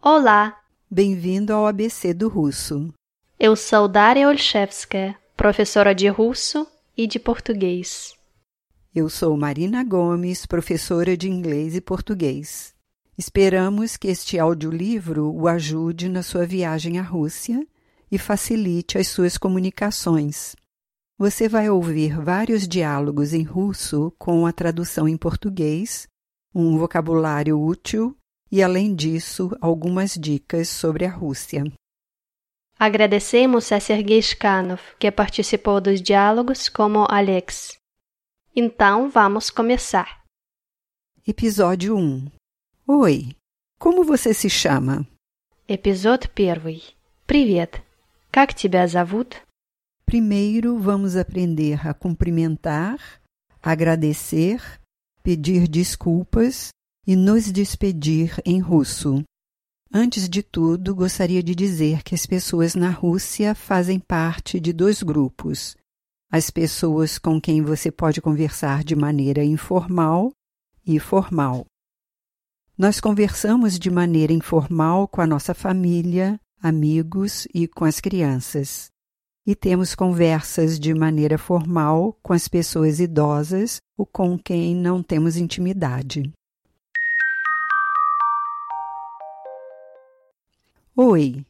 Olá, Bem-vindo ao ABC do Russo. eu sou Daria Olszewska, professora de russo e de português. Eu sou Marina Gomes, professora de inglês e português. Esperamos que este audiolivro o ajude na sua viagem à Rússia e facilite as suas comunicações. Você vai ouvir vários diálogos em russo com a tradução em português, um vocabulário útil e, além disso, algumas dicas sobre a Rússia. Agradecemos a Sergei Shkanov, que participou dos diálogos como Alex. Então vamos começar. Episódio 1 Oi, como você se chama? Эпизод первый. um. Привет. Как тебя зовут? Primeiro, vamos aprender a cumprimentar, agradecer, pedir desculpas e nos despedir em russo. Antes de tudo, gostaria de dizer que as pessoas na Rússia fazem parte de dois grupos: as pessoas com quem você pode conversar de maneira informal e formal. Nós conversamos de maneira informal com a nossa família, amigos e com as crianças e temos conversas de maneira formal com as pessoas idosas ou com quem não temos intimidade. Oi,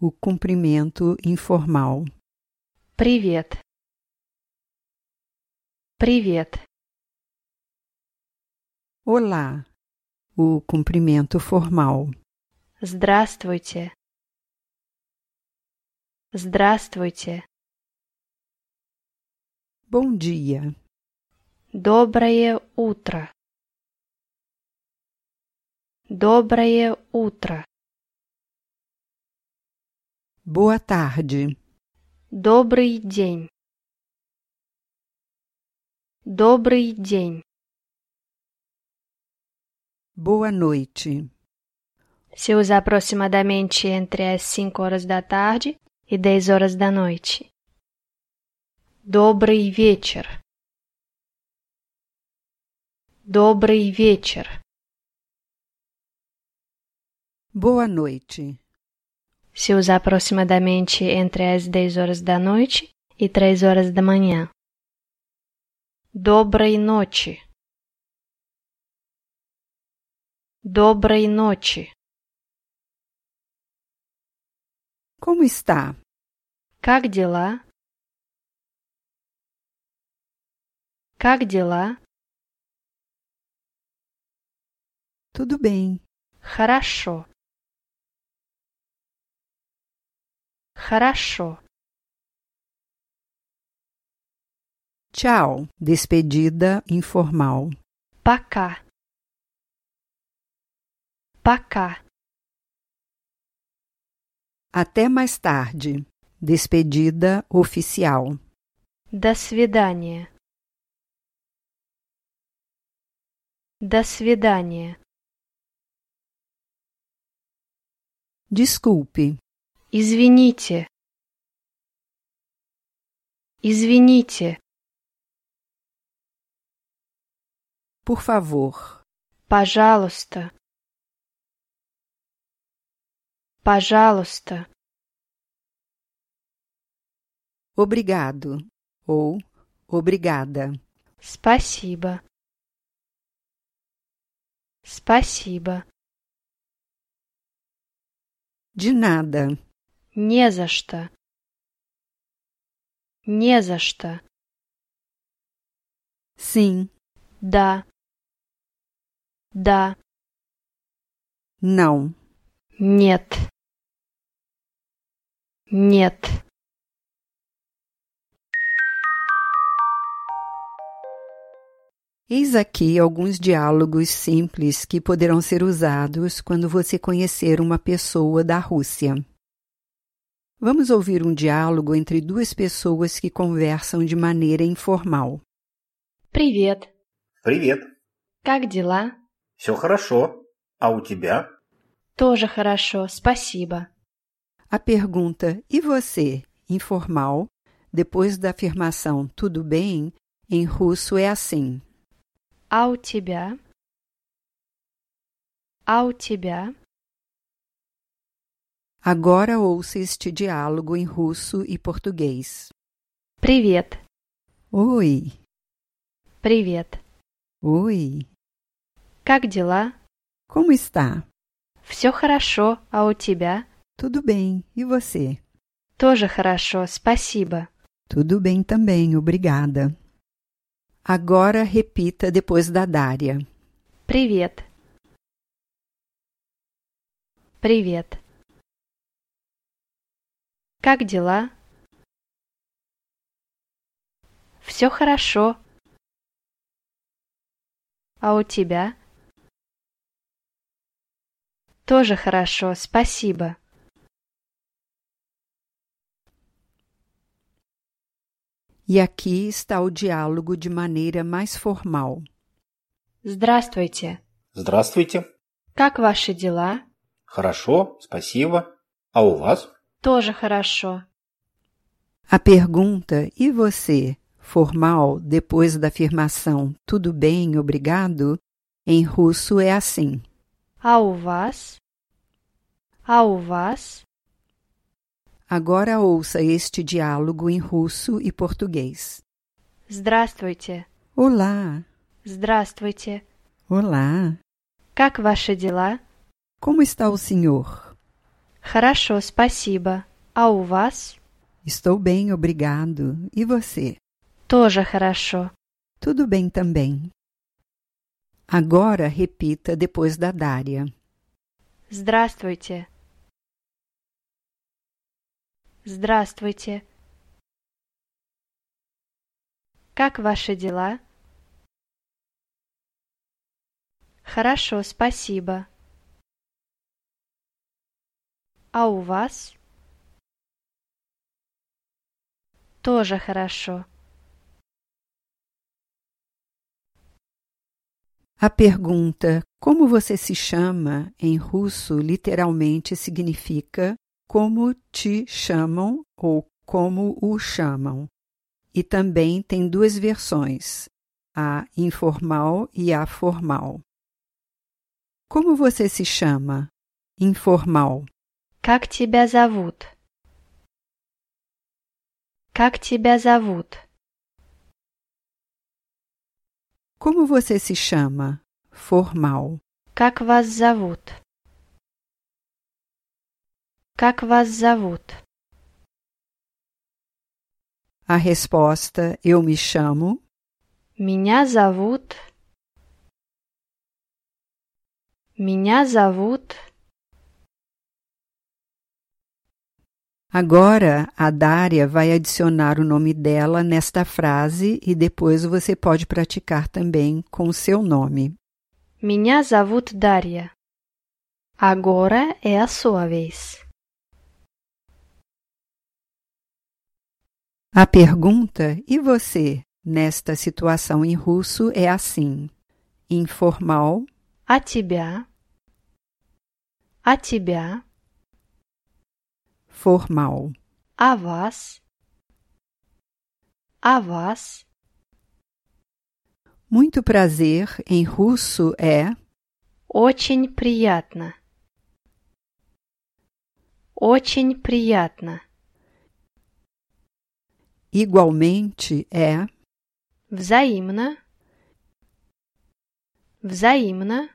o cumprimento informal. Привет. Привет. Olá, o cumprimento formal. Здравствуйте. Здравствуйте. Bom dia, Доброе утро. Доброе утро. boa tarde, Добрый день. Добрый день. boa noite, Se usa aproximadamente entre as 5 horas da tarde e 10 horas da noite. Добрый вечер. Добрый вечер. boa noite, se usa aproximadamente entre as 10 horas da noite e 3 horas da manhã. Доброй ночи. Доброй ночи. como está? Как дела? Как дела? Tudo bem, Хорошо. Хорошо. tchau, despedida informal. Пока. Пока. Até mais tarde. Despedida oficial. До свидания. До свидания. Desculpe. Извините. Извините. Por favor. Пожалуйста. Пожалуйста. Obrigado. Ou obrigada. Спасибо. Спасибо. De nada. Не за что. Не за что. Sim. Да. Да. Não. Нет. Нет. Eis aqui alguns diálogos simples que poderão ser usados quando você conhecer uma pessoa da Rússia. Vamos ouvir um diálogo entre duas pessoas que conversam de maneira informal. Привет. Привет. Как дела? Все хорошо. А у тебя? Тоже хорошо, спасибо. A pergunta e você, informal, depois da afirmação tudo bem, em russo é assim. А у тебя? А у тебя? Agora ouça este diálogo em russo e português. Привет. Oi, Привет. oi. Как дела? Como está? Все хорошо, а у тебя? Tudo bem. E você? Тоже хорошо, спасибо. Tudo bem também, obrigada. Agora repita depois da Dária. Привет. Привет. Как дела? Все хорошо. А у тебя? Тоже хорошо, спасибо. E aqui está o diálogo de maneira mais formal. Здравствуйте. Здравствуйте. Как ваши дела? Хорошо, спасибо. А у вас? Тоже хорошо. A pergunta e você, formal, depois da afirmação tudo bem, obrigado, em russo é assim. А у вас? А у вас? Agora ouça este diálogo em russo e português. Здравствуйте. Olá, Здравствуйте. olá. Как ваши дела? Como está o senhor? Хорошо, спасибо. А у вас? Estou bem, obrigado. E você? Тоже хорошо. Tudo bem também. Agora repita depois da Dária. Здравствуйте. Здравствуйте. Как ваши дела? Хорошо, спасибо. А у вас? Тоже хорошо. A pergunta como você se chama em russo literalmente significa como te chamam ou como o chamam. E também tem duas versões, a informal e a formal. Como você se chama? Informal. Как тебя зовут? Как тебя зовут? Como você se chama? Formal. Как вас зовут? Как вас зовут? A resposta eu me chamo Меня зовут... Меня зовут... Agora, a Dária vai adicionar o nome dela nesta frase e depois você pode praticar também com o seu nome. Меня зовут Дарья. Agora é a sua vez. A pergunta e você nesta situação em russo é assim: informal, А тебя? А тебя? formal. А вас? А вас? Muito prazer em russo é Очень приятно. Очень приятно. igualmente é Взаимно. Взаимно.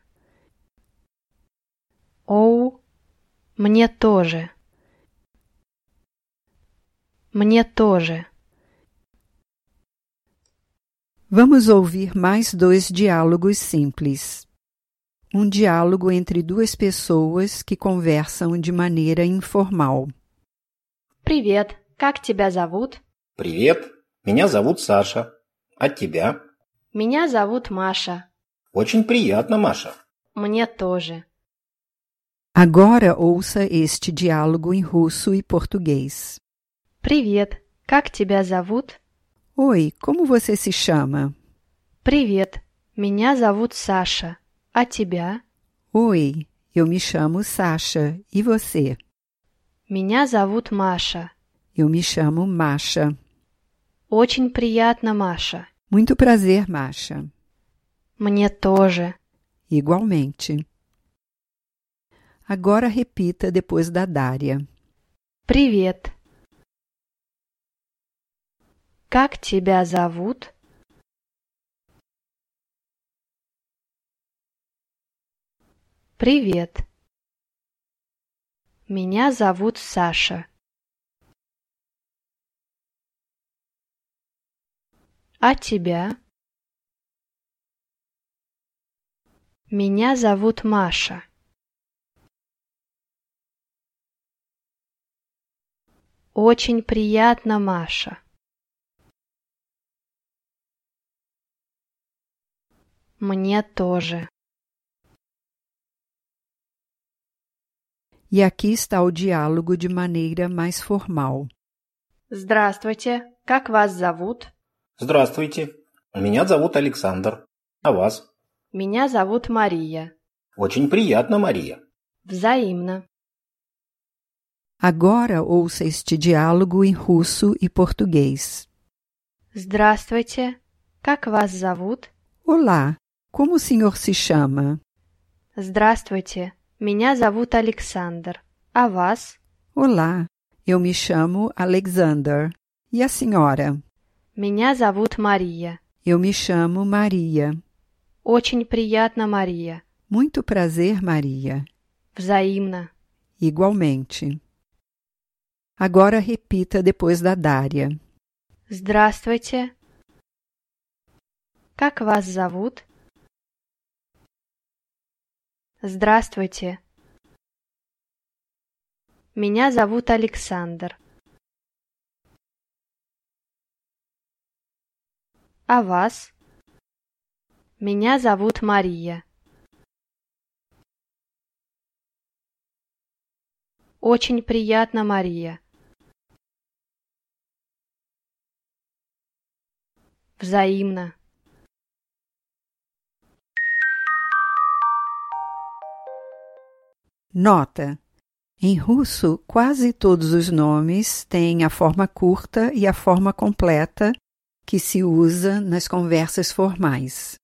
Оу. Мне тоже. Мне тоже. Vamos ouvir mais dois diálogos simples. Um diálogo entre duas pessoas que conversam de maneira informal. Привет. Как тебя зовут? Привет. Меня зовут Саша. А тебя? Меня зовут Маша. Очень приятно, Маша. Мне тоже. Agora ouça este diálogo em russo e português. Привет. Как тебя зовут? Oi, como você se chama? Привет. Меня зовут Саша. А тебя? Oi, eu me chamo Sasha. E você? Меня зовут Маша. Eu me chamo Masha. Очень приятно, Маша. Muito prazer, Masha. Мне тоже. Igualmente. Agora repita depois da Dária. Привет. Как тебя зовут? Привет. Меня зовут Саша. А тебя? Меня зовут Маша. Очень приятно, Маша. Мне тоже. E aqui está o diálogo de maneira mais formal. Здравствуйте. Как вас зовут? Здравствуйте. Меня зовут Александр. А вас? Меня зовут Мария. Очень приятно, Мария. Взаимно. Agora ouça este diálogo em russo e português. Здравствуйте. Как вас зовут? Olá, como o senhor se chama? Здравствуйте. Меня zovут Александр. А вас? Olá, eu me chamo Alexander. E a senhora? Меня зовут Мария. Eu me chamo Maria. Очень приятно, Мария. Muito prazer, Maria. Взаимно. Igualmente. Agora repita depois da Dária. Здравствуйте. Как вас зовут? Здравствуйте. Меня зовут Александр. А вас? Меня зовут Мария. Очень приятно, Мария. Взаимно. Nota: Em russo, quase todos os nomes têm a forma curta e a forma completa que se usa nas conversas formais.